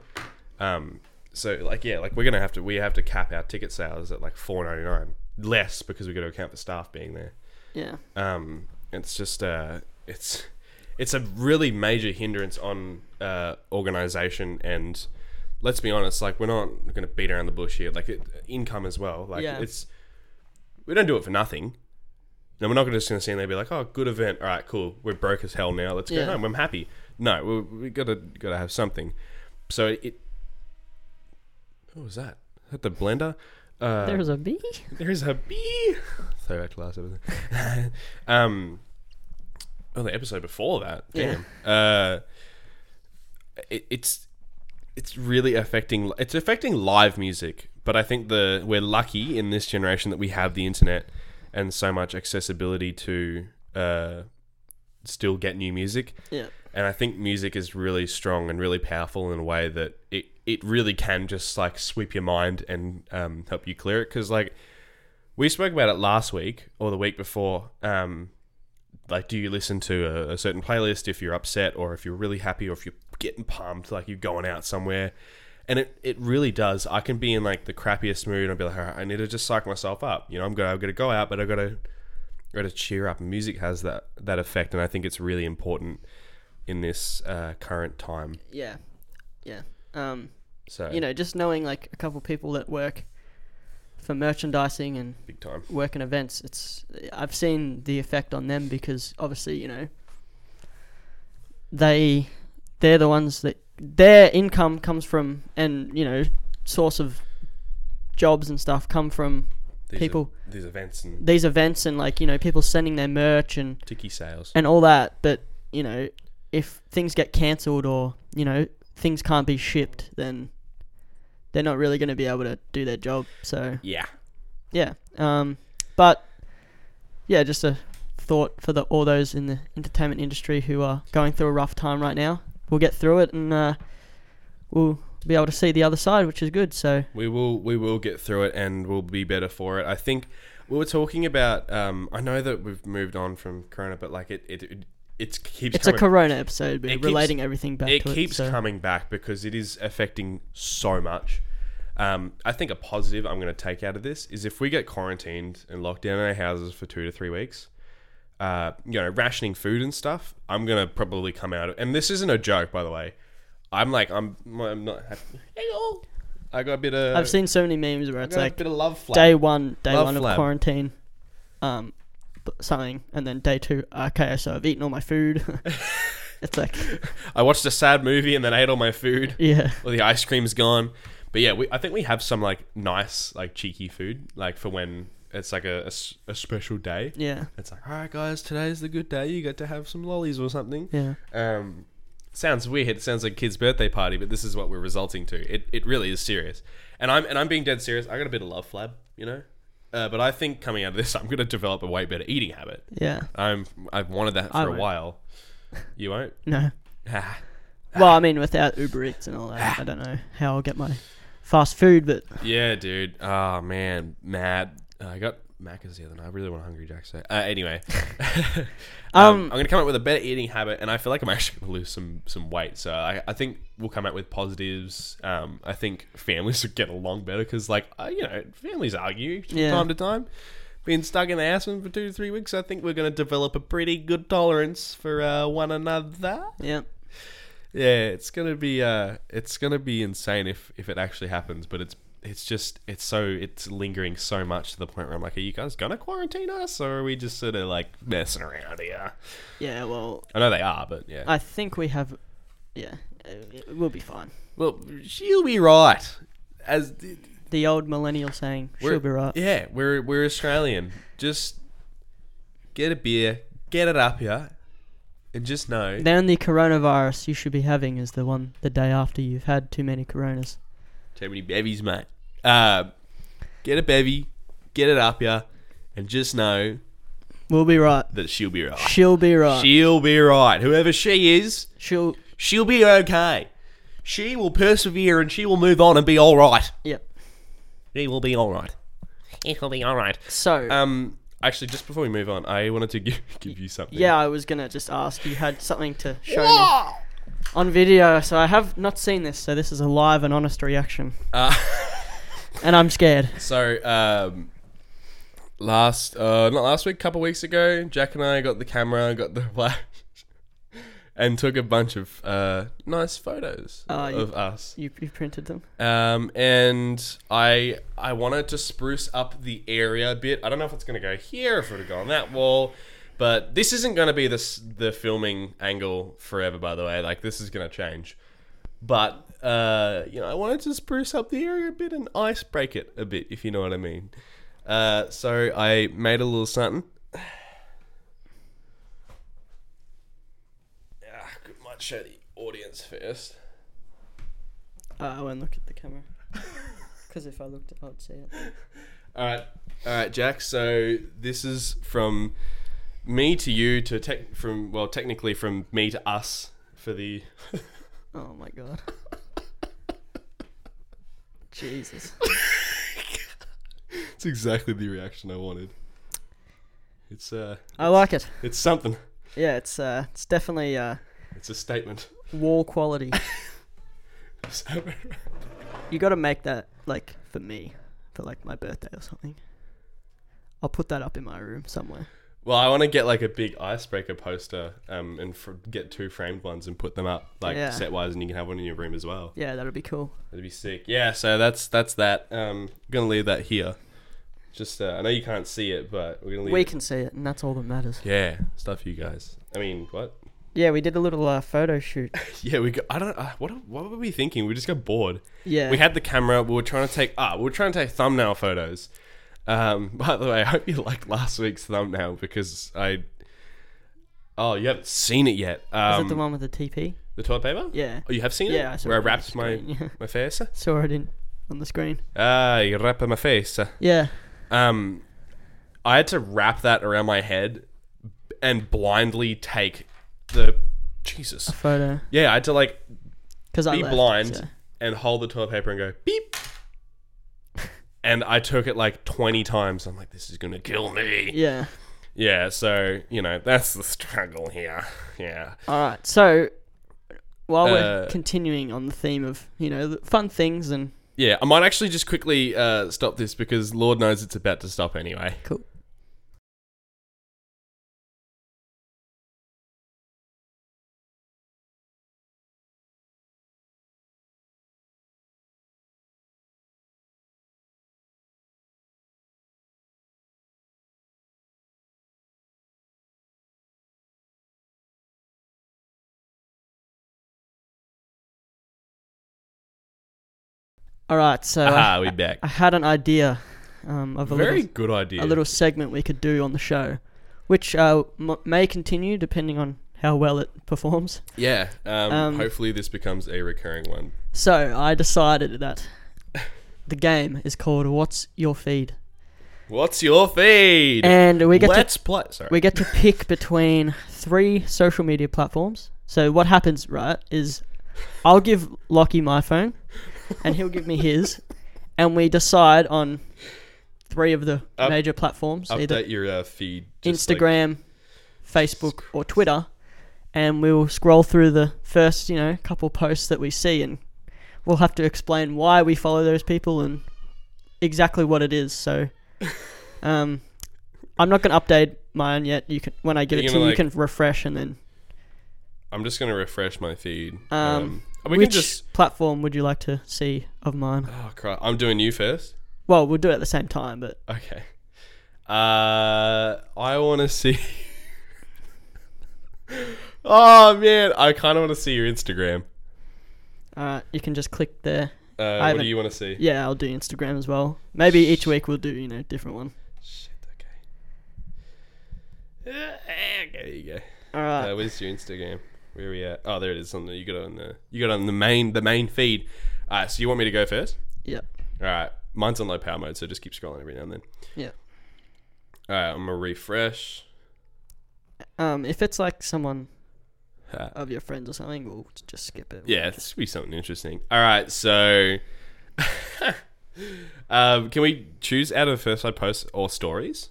Um, so like yeah, like we're gonna have to we have to cap our ticket sales at like four ninety nine less because we got to account for staff being there.
yeah.
um, it's just uh, it's it's a really major hindrance on uh, organization and let's be honest like we're not going to beat around the bush here like it, income as well like
Yeah.
it's we don't do it for nothing no we're not gonna- just going to stand there and be like oh good event all right cool we're broke as hell now let's
Yeah.
go home i'm happy no we, we gotta gotta have something so it what was that is that the blender uh,
There was a bee.
there's a bee. Throwback to last episode. [LAUGHS] um, oh, the episode before that. Damn. Uh, it, it's it's really affecting. It's affecting live music, but I think the we're lucky in this generation that we have the internet and so much accessibility to uh, still get new music.
Yeah.
And I think music is really strong and really powerful in a way that it, it really can just like sweep your mind and um, help you clear it. Because, like, we spoke about it last week or the week before. Um, like, do you listen to a, a certain playlist if you're upset or if you're really happy or if you're getting pumped, like you're going out somewhere? And it, it really does. I can be in like the crappiest mood and I'll be like, all right, I need to just psych myself up. You know, I'm gonna, I've got to go out, but I've got to, got to cheer up. And music has that, that effect. And I think it's really important in this uh, current time.
Yeah. Yeah. Um,
So
you know, just knowing like a couple people that work for merchandising and
big time.
work in events, it's I've seen the effect on them because obviously, you know, they they're the ones that their income comes from and, you know, source of jobs and stuff come from
These
People-
ev- these events and
these events and like, you know, people sending their merch and
ticky sales.
and all that. But you know, if things get cancelled or you know things can't be shipped, then they're not really going to be able to do their job. So
yeah,
yeah, um, but yeah, just a thought for the all those in the entertainment industry who are going through a rough time right now. We'll get through it, and uh, we'll be able to see the other side, which is good. So
We will we will get through it and we'll be better for it. I think we were talking about. Um, I know that we've moved on from Corona, but like it it, it it's keeps
it's a
coming,
Corona episode, but
it keeps-
relating everything back
it
to
keeps
it. So.
coming back because it is affecting so much. Um, I think a positive I'm going to take out of this is if we get quarantined and locked down in our houses for two to three weeks, uh, you know, rationing food and stuff, I'm gonna probably come out. Of, and this isn't a joke, by the way. I'm like, I'm, I'm not happy at all. I got a bit of,
I've seen so many memes where
I
it's
got a
like
bit of love flap.
day one, day
Love
one
flab.
of quarantine, um, b- something, and then day two, uh, okay, so I've eaten all my
[LAUGHS]
food. [LAUGHS] it's like,
I watched a sad movie and then ate all
[LAUGHS]
my food.
yeah,
Well, the ice cream's gone. But yeah, we, I think we have some like nice, like cheeky food, like for when it's like a, a s- a special day.
yeah,
It's like, all right, guys, today's the good day. You get to have some lollies or something.
yeah.
Um, sounds weird. It sounds like kids' birthday party, but this is what we're resulting to. It, it really is serious, and I'm and I'm being dead serious. I got a bit of love flab, you know. Uh, but I think coming out of this, I'm going to develop a way better eating habit.
Yeah,
I'm I've wanted that
I
for a
won't.
while.
[LAUGHS]
You won't.
no.
Ah.
Well, I mean, without Uber Eats and all that, I don't know how I'll get my fast food, but
Yeah, dude. Oh man, mad. I got Macca's the other night. I really want a Hungry Jack's. Today. Uh, anyway, [LAUGHS] um, I'm gonna come up with a better eating habit, and I feel like I'm actually gonna lose some some weight. So I, I think we'll come out with positives. Um, I think families [LAUGHS] would get along better because, like, uh, you know, families argue from
Yeah.
time to time. Being stuck in the house for two to three weeks, I think we're gonna develop a pretty good tolerance for uh, one another.
yeah.
Yeah, it's gonna be uh, it's gonna be insane if if it actually happens. But it's it's just it's so it's lingering so much to the point where I'm like, are you guys gonna quarantine us, or are we just sort of like messing around here?
Yeah, well,
I know they are, but yeah.
I think we have. Yeah, uh, we'll be fine.
well, she'll be right. As
The old millennial saying,
we're-
"She'll be right."
Yeah, we're we're Australian. Just get a beer, get it up here, and just know.
The only coronavirus you should be having is the one the day after you've had too many coronas.
Too many bevies, mate. Uh, get a bevy, get it up here, and just know
We'll be right.
that she'll be right.
She'll be right.
She'll be right. Whoever she is,
She'll.
she'll be okay. She will persevere and she will move on and be all right.
Yep.
She will be all right. It will be all right.
So.
Um, actually, just before we move on, I wanted to give, [LAUGHS] give you something.
yeah, I was gonna just ask. You had something to show me on video, so I have not seen this. So this is a live and honest reaction,
Uh, [LAUGHS]
and I'm scared.
so, um, last, uh, not last week, couple weeks ago, Jack and I got the camera, got the [LAUGHS] flash, and took a bunch of uh, nice photos
Uh, you-
of us.
You, you printed them.
Um, and I I wanted to spruce up the area a bit. I don't know if it's going to go here, if it'll go on that wall, but this isn't going to be the s- the filming angle forever. By the way, like this is going to change. But uh, you know, I wanted to spruce up the area a bit and ice break it a bit, if you know what I mean. Uh, so I made a little something. Ah, might show the audience first.
Uh, I won't look at the [LAUGHS] camera. Because if I looked, I'd see it.
All right, all right, Jack. So this is from me to you to tech from well, technically from me to us for the. [LAUGHS]
Oh my god. [LAUGHS] Jesus.
It's exactly the reaction I wanted. It's uh,
I like it.
it's something.
Yeah, it's uh, it's definitely uh,
It's a statement. [LAUGHS]
wall quality.
So,
You got to make that like for me, for like my birthday or something. I'll put that up in my room somewhere.
well, I want to get like a big icebreaker poster, um, and fr- get two framed ones and put them up like
Yeah.
set wise, and you can have one in your room as well.
Yeah, that'll be cool.
That'd be sick. Yeah. So that's that's that. Um, gonna leave that here. Just uh, I know you can't see it, but we're gonna leave.
We
it
can see it, and that's all that matters.
Yeah, stuff you guys. I mean, what?
Yeah, we did a little uh, photo [LAUGHS] shoot.
[LAUGHS] Yeah, we. Got, I don't. Uh, what? What were we thinking? We just got bored.
Yeah.
We had the camera. We were trying to take. Ah, we were trying to take thumbnail photos. Um. [LAUGHS] By the way, I hope you liked last week's thumbnail because I. Oh, you haven't seen it yet.
Is
Um,
it the one with the TP?
the toilet paper?
Yeah.
Oh, you have seen it.
Yeah, I saw
Where
it
I
on the
wrapped my
screen, [LAUGHS] yeah.
my face.
Saw it in on the screen.
Ah, you wrap my face.
Yeah.
Um, I had to wrap that around my head and blindly take the Jesus.
photo
Yeah, I had to like
because I
be
left,
blind
so-
and hold the toilet paper and go beep. and I took it like 20 times. I'm like, this is going to kill me. Yeah.
Yeah.
so, you know, that's the struggle here. Yeah.
All right. So while we're
Uh,
continuing on the theme of you know the fun things and
Yeah, I might actually just quickly uh, stop this because Lord knows it's about to stop anyway.
cool. All right. So I-
Aha, we back.
I had an idea um, of a
Very
little,
good idea.
a little segment we could do on the show, which uh, m- may continue depending on how well it performs.
Yeah. Um,
Um,
hopefully this becomes a recurring one.
So I decided that the game is called "What's Your Feed,"
What's your feed?
and we get
Let's
to
play. Sorry.
we get to pick between three social media platforms. So what happens, right, is I'll give Lockie my phone, and he'll give me his, and we decide on three of the
Up-
major platforms,
Update
either
your uh, feed. just, like-
Instagram, Facebook, or Twitter, and we'll scroll through the first, you know, couple posts that we see, and we'll have to explain why we follow those people and exactly what it is.
[LAUGHS]
So, um, I'm not going to update mine yet. You can when I give
You're
it to
gonna,
you, you
like-
can refresh, and then
I'm just gonna refresh my feed.
Um,
we
which
can just.
platform would you like to see of mine?
Oh crap! I'm doing you first.
Well, we'll do it at the same time, but
Okay. Uh, I want to see. [LAUGHS] oh man, I kind of want to see your Instagram.
all right, you can just click there.
Uh, what do
haven't-
you want to see?
Yeah, I'll do Instagram as well. Maybe each week we'll do you know different one.
Shit. Okay. Uh, okay, There you go.
All right.
Uh, where's your Instagram? Where are we at? Oh, there it is. On the you got it on the you got it on the main the main feed. Uh, so you want me to go first?
Yep.
All right. Mine's on low power mode, so just keep scrolling every now and then.
Yep.
All right, I'm gonna refresh.
Um, if it's like someone
Uh,
of your friends or something, we'll just skip it.
Yeah, this would be something interesting. All right, so [LAUGHS] um, can we choose out of first I posts or stories?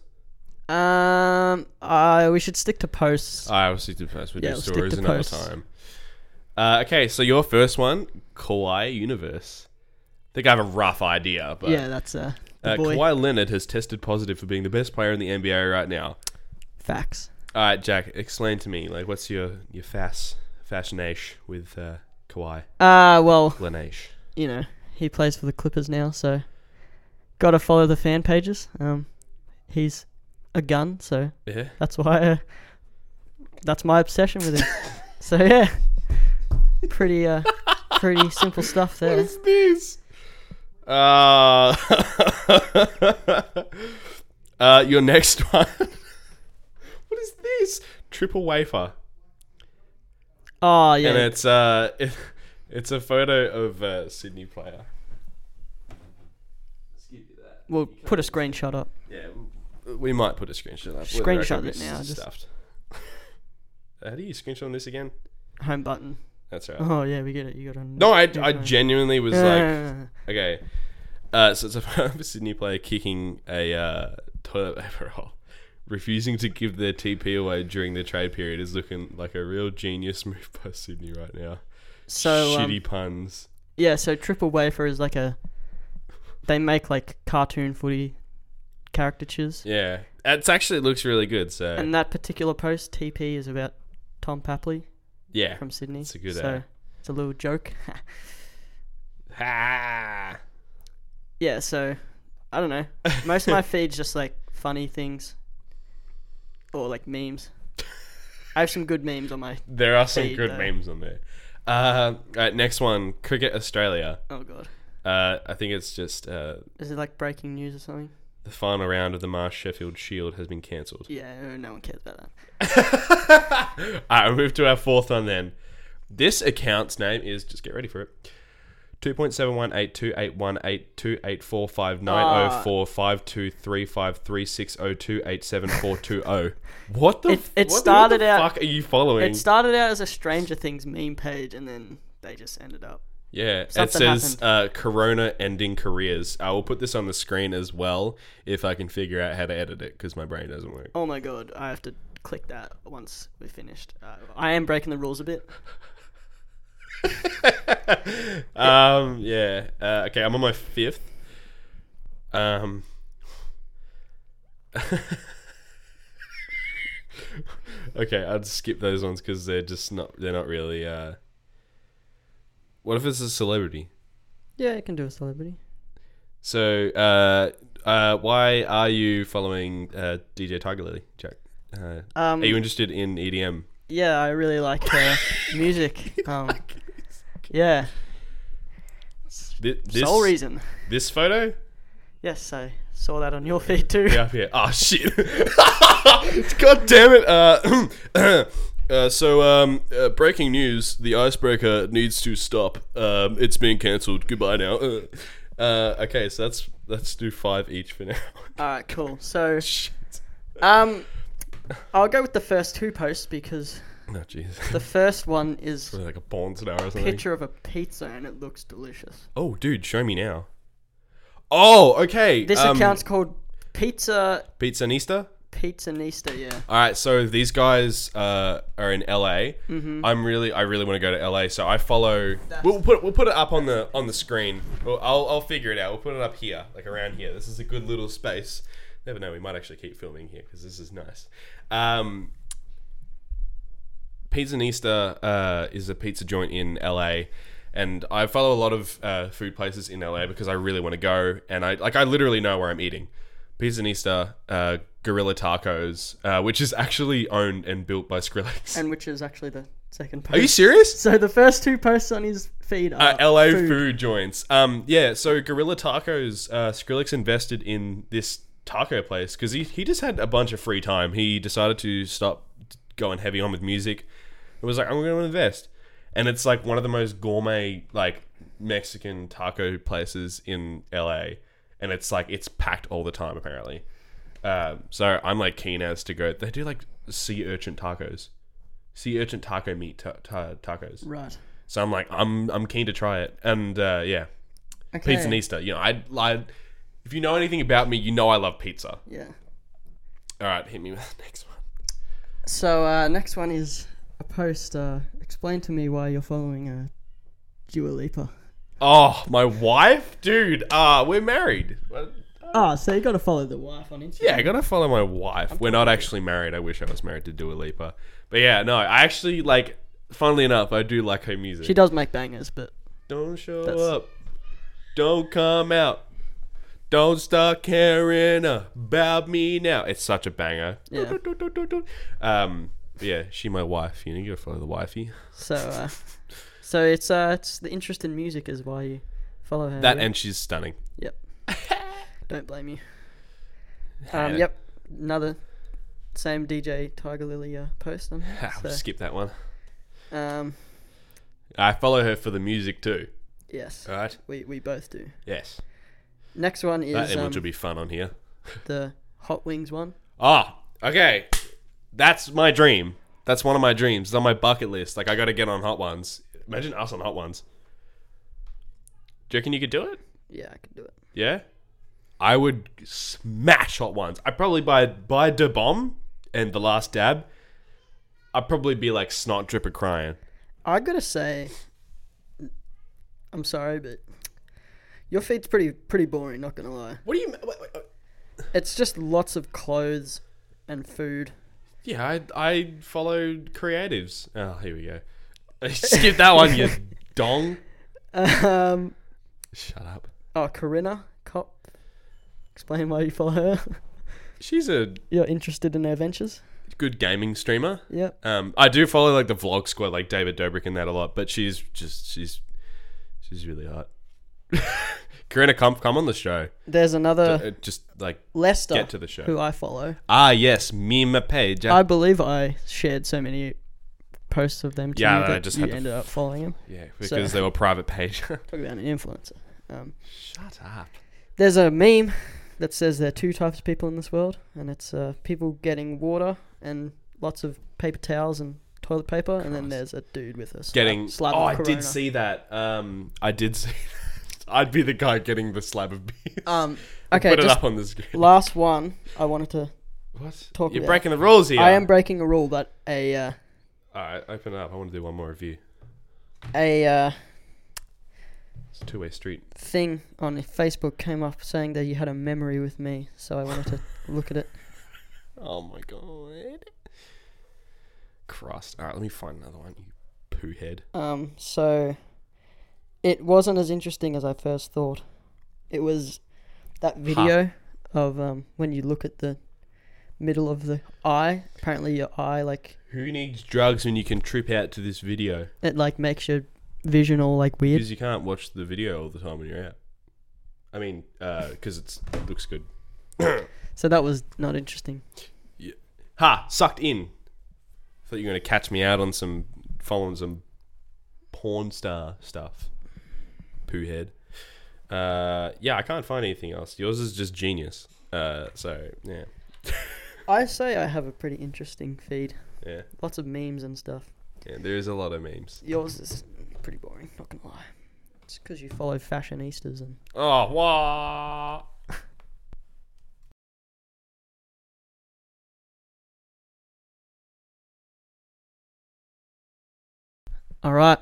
Um. Uh, we should stick to posts.
I obviously did first. We'll
Yeah,
do
we'll stick
stories
to
another
posts.
time. Uh, okay, so your first one, Kawhi Universe. I think I have a rough idea, but
yeah, that's uh, the
uh,
boy
Kawhi Leonard has tested positive for being the best player in the NBA right now.
facts.
All right, Jack, explain to me, like, what's your your fas fascination with uh, Kawhi
Uh, well,
Leonard?
you know, he plays for the Clippers now, so gotta follow the fan pages. Um, he's a gun, so
Yeah.
that's why. Uh, that's my obsession with him.
[LAUGHS]
so yeah, pretty uh, pretty simple stuff there.
is this? Uh, [LAUGHS] uh, your next one. [LAUGHS] what is this? Triple wafer,
Oh
and
yeah,
it's uh, it, it's a photo of uh, Sydney player.
we'll put a screenshot up.
Yeah, we- we might put a screenshot up. whether
Screenshot
can be
it now,
s-
just-
Stuffed. [LAUGHS] How do you screenshot this again?
Home button.
That's right.
Oh yeah, we get it. You got it.
No, I, I genuinely was like,
Uh,
Okay. Uh, so [LAUGHS] it's a photo of a Sydney player kicking a uh, toilet paper roll. [LAUGHS] Refusing to give their TP away during the trade period is looking like a real genius [LAUGHS] move by Sydney right now.
[LAUGHS] so um,
Shitty puns.
Yeah, so Triple Wafer is like a. They make like cartoon footy caricatures.
Yeah. It's actually it looks really good. So
And that particular post, TP, is about Tom Papley
yeah.
from Sydney.
It's a good,
So
uh,
it's a little joke. [LAUGHS]
Ha!
yeah, so I
[LAUGHS]
don't know. Most of my feed's just like funny things or like
[LAUGHS]
memes. I have some good memes on my.
There are some
There you
good
go.
memes on there. Uh, all right, next one, Cricket Australia.
Oh god,
Uh, I think it's just uh,
is it like breaking news or something?
the final round of the Marsh Sheffield Shield has been cancelled.
Yeah, no one cares about that.
All right, we'll move to our fourth one then. This account's name is just get ready for it. Two point seven one eight two eight one eight two eight four five nine
Ah.
zero four five two three five three six zero two eight seven four two zero. What the?
It-
f-
it
what the- what
started
the
out-
Fuck, are you following?
It started out as a Stranger Things meme page, and then they just ended up.
yeah, it
something
says uh, Corona ending careers. I will put this on the screen as well if I can figure out how to edit it because my brain doesn't work.
Oh my god, I have to click that once we're finished. Uh, I am breaking the rules a bit.
Um, yeah. Uh, okay, I'm on my fifth. Um. [LAUGHS] okay, I'd skip those ones because they're just not. They're not really. Uh... What if it's a celebrity?
Yeah, you can do a celebrity.
So, uh, uh, why are you following uh, DJ Tiger Lily, Jack? Uh,
Um,
are you interested in E EDM?
Yeah, I really like
[LAUGHS]
her music. Um, yeah,
Thi- This,
sole reason.
This photo?
Yes, I saw that on your feed too. [LAUGHS]
Yeah, up here. Oh shit! [LAUGHS] God damn it! Uh, [CLEARS THROAT] uh, so, um, uh, breaking news: the icebreaker needs to stop. Um, it's being cancelled. Goodbye now. Uh, uh, okay, so that's let's do five each for now. [LAUGHS] Oh,
All right, cool. So,
shit!
um, I'll go with the first two posts because
No, jeez.
the first one is
[LAUGHS] like a porn star or something.
picture of a pizza and it looks delicious.
Oh, dude, show me now. Oh, okay.
This
um,
account's called Pizza
Pizza Nista.
Pizza Nista. Yeah.
All right, so these guys uh, are in LA. I'm really, I really want to go to LA, so I follow. We'll put we'll put it up on the on the screen. We'll, I'll I'll figure it out. We'll put it up here, like around here. This is a good little space. Never know, we might actually keep filming here because this is nice. Um, Pizza Nista uh, is a pizza joint in LA, and I follow a lot of uh, food places in LA because I really want to go, and I like I literally know where I'm eating. Pizza Nista, uh, Gorilla Tacos, uh, which is actually owned and built by Skrillex.
and which is actually the second post. [LAUGHS]
Are you serious?
so the first two posts on his feed are
Uh, LA food. joints. Um, yeah. So Gorilla Tacos, uh, Skrillex invested in this taco place because he he just had a bunch of free time. He decided to stop going heavy on with music. It was like I'm going to invest, and it's like one of the most gourmet like Mexican taco places in LA, and it's like it's packed all the time apparently. Um, so I'm like keen as to go. They do like sea urchin tacos, sea urchin taco meat ta- ta- tacos.
right.
So I'm like, I'm I'm keen to try it, and uh, yeah,
Okay.
pizza Nista. You know, I, I if you know anything about me, you know I love pizza.
Yeah.
All right, hit me with the next one.
So uh, next one is a post. Uh, explain to me why you're following uh, Dua Lipa.
Oh, my wife, dude. Ah, we're married. What?
Ah, so you got to follow the wife on Instagram.
Uh, Yeah, I gotta follow my wife. We're not actually married. I wish I was married to Dua Lipa, but yeah, no, I actually like. Funnily enough, I do like her music.
She does make bangers, but
Don't show
That's-
up. Don't come out. Don't start caring about me now. It's such a banger.
Yeah.
Um. Yeah, she my wife. You know, you gotta follow the wifey.
so uh, so it's uh, it's the interest in music is why you follow her.
That
yeah.
and she's stunning. [LAUGHS]
Yep. Don't blame you. Um,
Yeah.
Yep. Another same DJ Tiger Lily uh, post on here.
I'll
so,
Ah, skip that one.
um,
I follow her for the music too.
yes,
All right.
we we both do.
Yes.
Next one
That
is
image
um,
will be fun on here.
the Hot Wings one.
Ah. Okay. That's my dream. That's one of my dreams. It's on my bucket list. Like I gotta get on Hot Ones. Imagine us on Hot Ones. Do you reckon you could do it?
Yeah, I can do it.
Yeah. I would smash hot ones. I'd probably buy buy De Bomb and The Last Dab. I'd probably be like snot dripper crying.
I gotta say, I'm sorry, but your feed's pretty pretty boring. Not gonna lie.
What do you? Wait, wait, wait.
It's just lots of clothes and food. [LAUGHS]
Yeah, I I follow creatives. Oh, here we [LAUGHS] go. Skip that one, you dong.
Um,
Shut up.
oh, Corinna Cop. Explain why you follow her. [LAUGHS]
She's a
You're interested in her ventures.
good gaming streamer.
Yep.
Um, I do follow like the vlog squad, like David Dobrik and that a lot, but she's just she's she's really hot. [LAUGHS] Corinna, come come on the show.
There's another
Uh, just like
Lester
get to the show.
who I follow.
Ah, yes, Mima Page.
I believe I shared so many posts of them to
Yeah,
you
I
that
just
you
had to
ended up following him.
Yeah,
So-
because they were private page. [LAUGHS]
Talk about an influencer. Um,
Shut up.
there's a meme that says there are two types of people in this world, and it's uh, people getting water and lots of paper towels and toilet paper, and then there's a dude with a slab,
Getting.
slab
oh,
of
I
Corona.
did see that. Um, I did see. [LAUGHS] That. I'd be the guy getting the slab
[LAUGHS]
of beer.
Um, okay,
Put it
just
up on the screen.
last one. I wanted to.
What?
talk
You're
about-
breaking the rules here.
I am breaking a rule, but a uh,
All right, open it up. I want to do one more review.
a uh,
It's a two-way street.
thing on Facebook came up saying that you had a memory with me, so I wanted to look at it.
Oh my god. Christ. All right, let me find another one. You poo head.
Um, so it wasn't as interesting as I first thought. It was that video of um, when you look at the middle of the eye. Apparently, your eye like
Who needs drugs when you can trip out to this video?
it like makes your vision all like weird.
Because you can't watch the video all the time when you're out. I mean, because it's it looks good.
So that was not interesting.
Ha! Sucked in. Thought you were going to catch me out on some following some porn star stuff. Poo head. Uh, yeah, I can't find anything else. Yours is just genius. Uh, so yeah,
I say I have a pretty interesting feed.
yeah,
Lots of memes and stuff.
yeah. There is a lot of memes.
Yours is pretty boring. Not gonna lie. It's because you follow fashionistas and.
Oh, wow.
All right,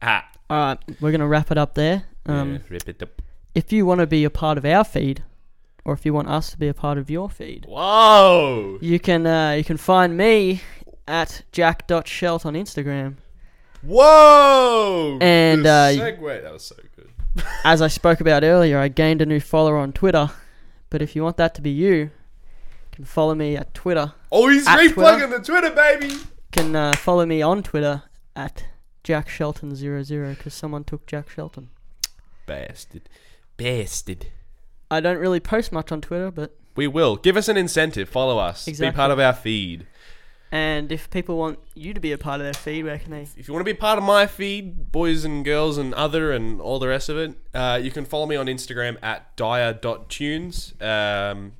Ah.
all right. We're gonna wrap it up there. Um,
yeah, rip it up.
if you want to be a part of our feed, or if you want us to be a part of your feed,
Whoa.
you can uh, you can find me at jack.shelt on Instagram.
Whoa.
And,
The
uh,
segue. That was so good.
As I spoke about earlier, I gained a new follower on Twitter, but if you want that to be you, you can follow me at Twitter.
Oh, he's
At
replugging the Twitter, baby.
You can uh, follow me on Twitter at Jack Shelton 00 because someone took Jack Shelton.
Bastard. Bastard.
I don't really post much on Twitter, but
We will. Give us an incentive. Follow us. Be
Exactly.
part of our feed.
and if people want you to be a part of their feed, where can they?
If you want to be part of my feed, boys and girls and other and all the rest of it, uh, you can follow me on Instagram at dire.tunes. Um,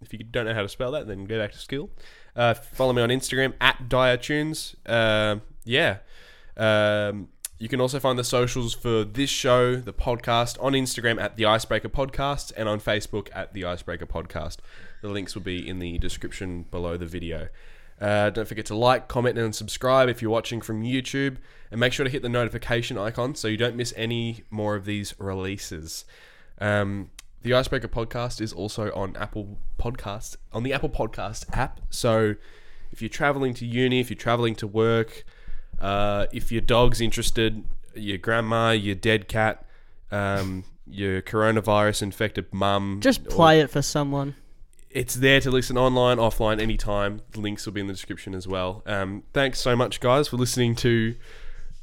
if you don't know how to spell that, then go back to school. Uh, follow me on Instagram at diretunes. Um, yeah. Um, you can also find the socials for this show, the podcast, on Instagram at the Icebreaker Podcast and on Facebook at the Icebreaker Podcast. The links will be in the description below the video. Uh, don't forget to like, comment, and subscribe if you're watching from YouTube. And make sure to hit the notification icon so you don't miss any more of these releases. Um, the Icebreaker podcast is also on Apple Podcasts, on the Apple Podcast app. So if you're traveling to uni, if you're traveling to work, uh, if your dog's interested, your grandma, your dead cat, um, your coronavirus infected mum,
Just
or-
play it for someone.
it's there to listen online, offline, anytime. The links will be in the description as well. Um, thanks so much, guys, for listening to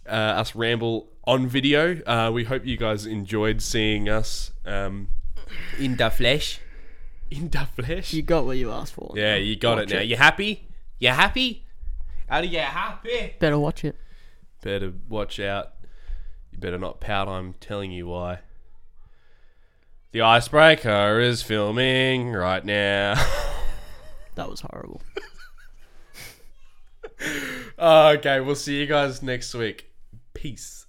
uh, us ramble on video. Uh, we hope you guys enjoyed seeing us um, in the flesh. In the flesh.
You got what you asked for.
yeah, you got
Watch
it now.
it.
You happy? You happy? How do you happy?
Better watch it.
Better watch out. You better not pout. I'm telling you why. The icebreaker is filming right now. [LAUGHS]
That was horrible.
Okay, we'll see you guys next week. Peace.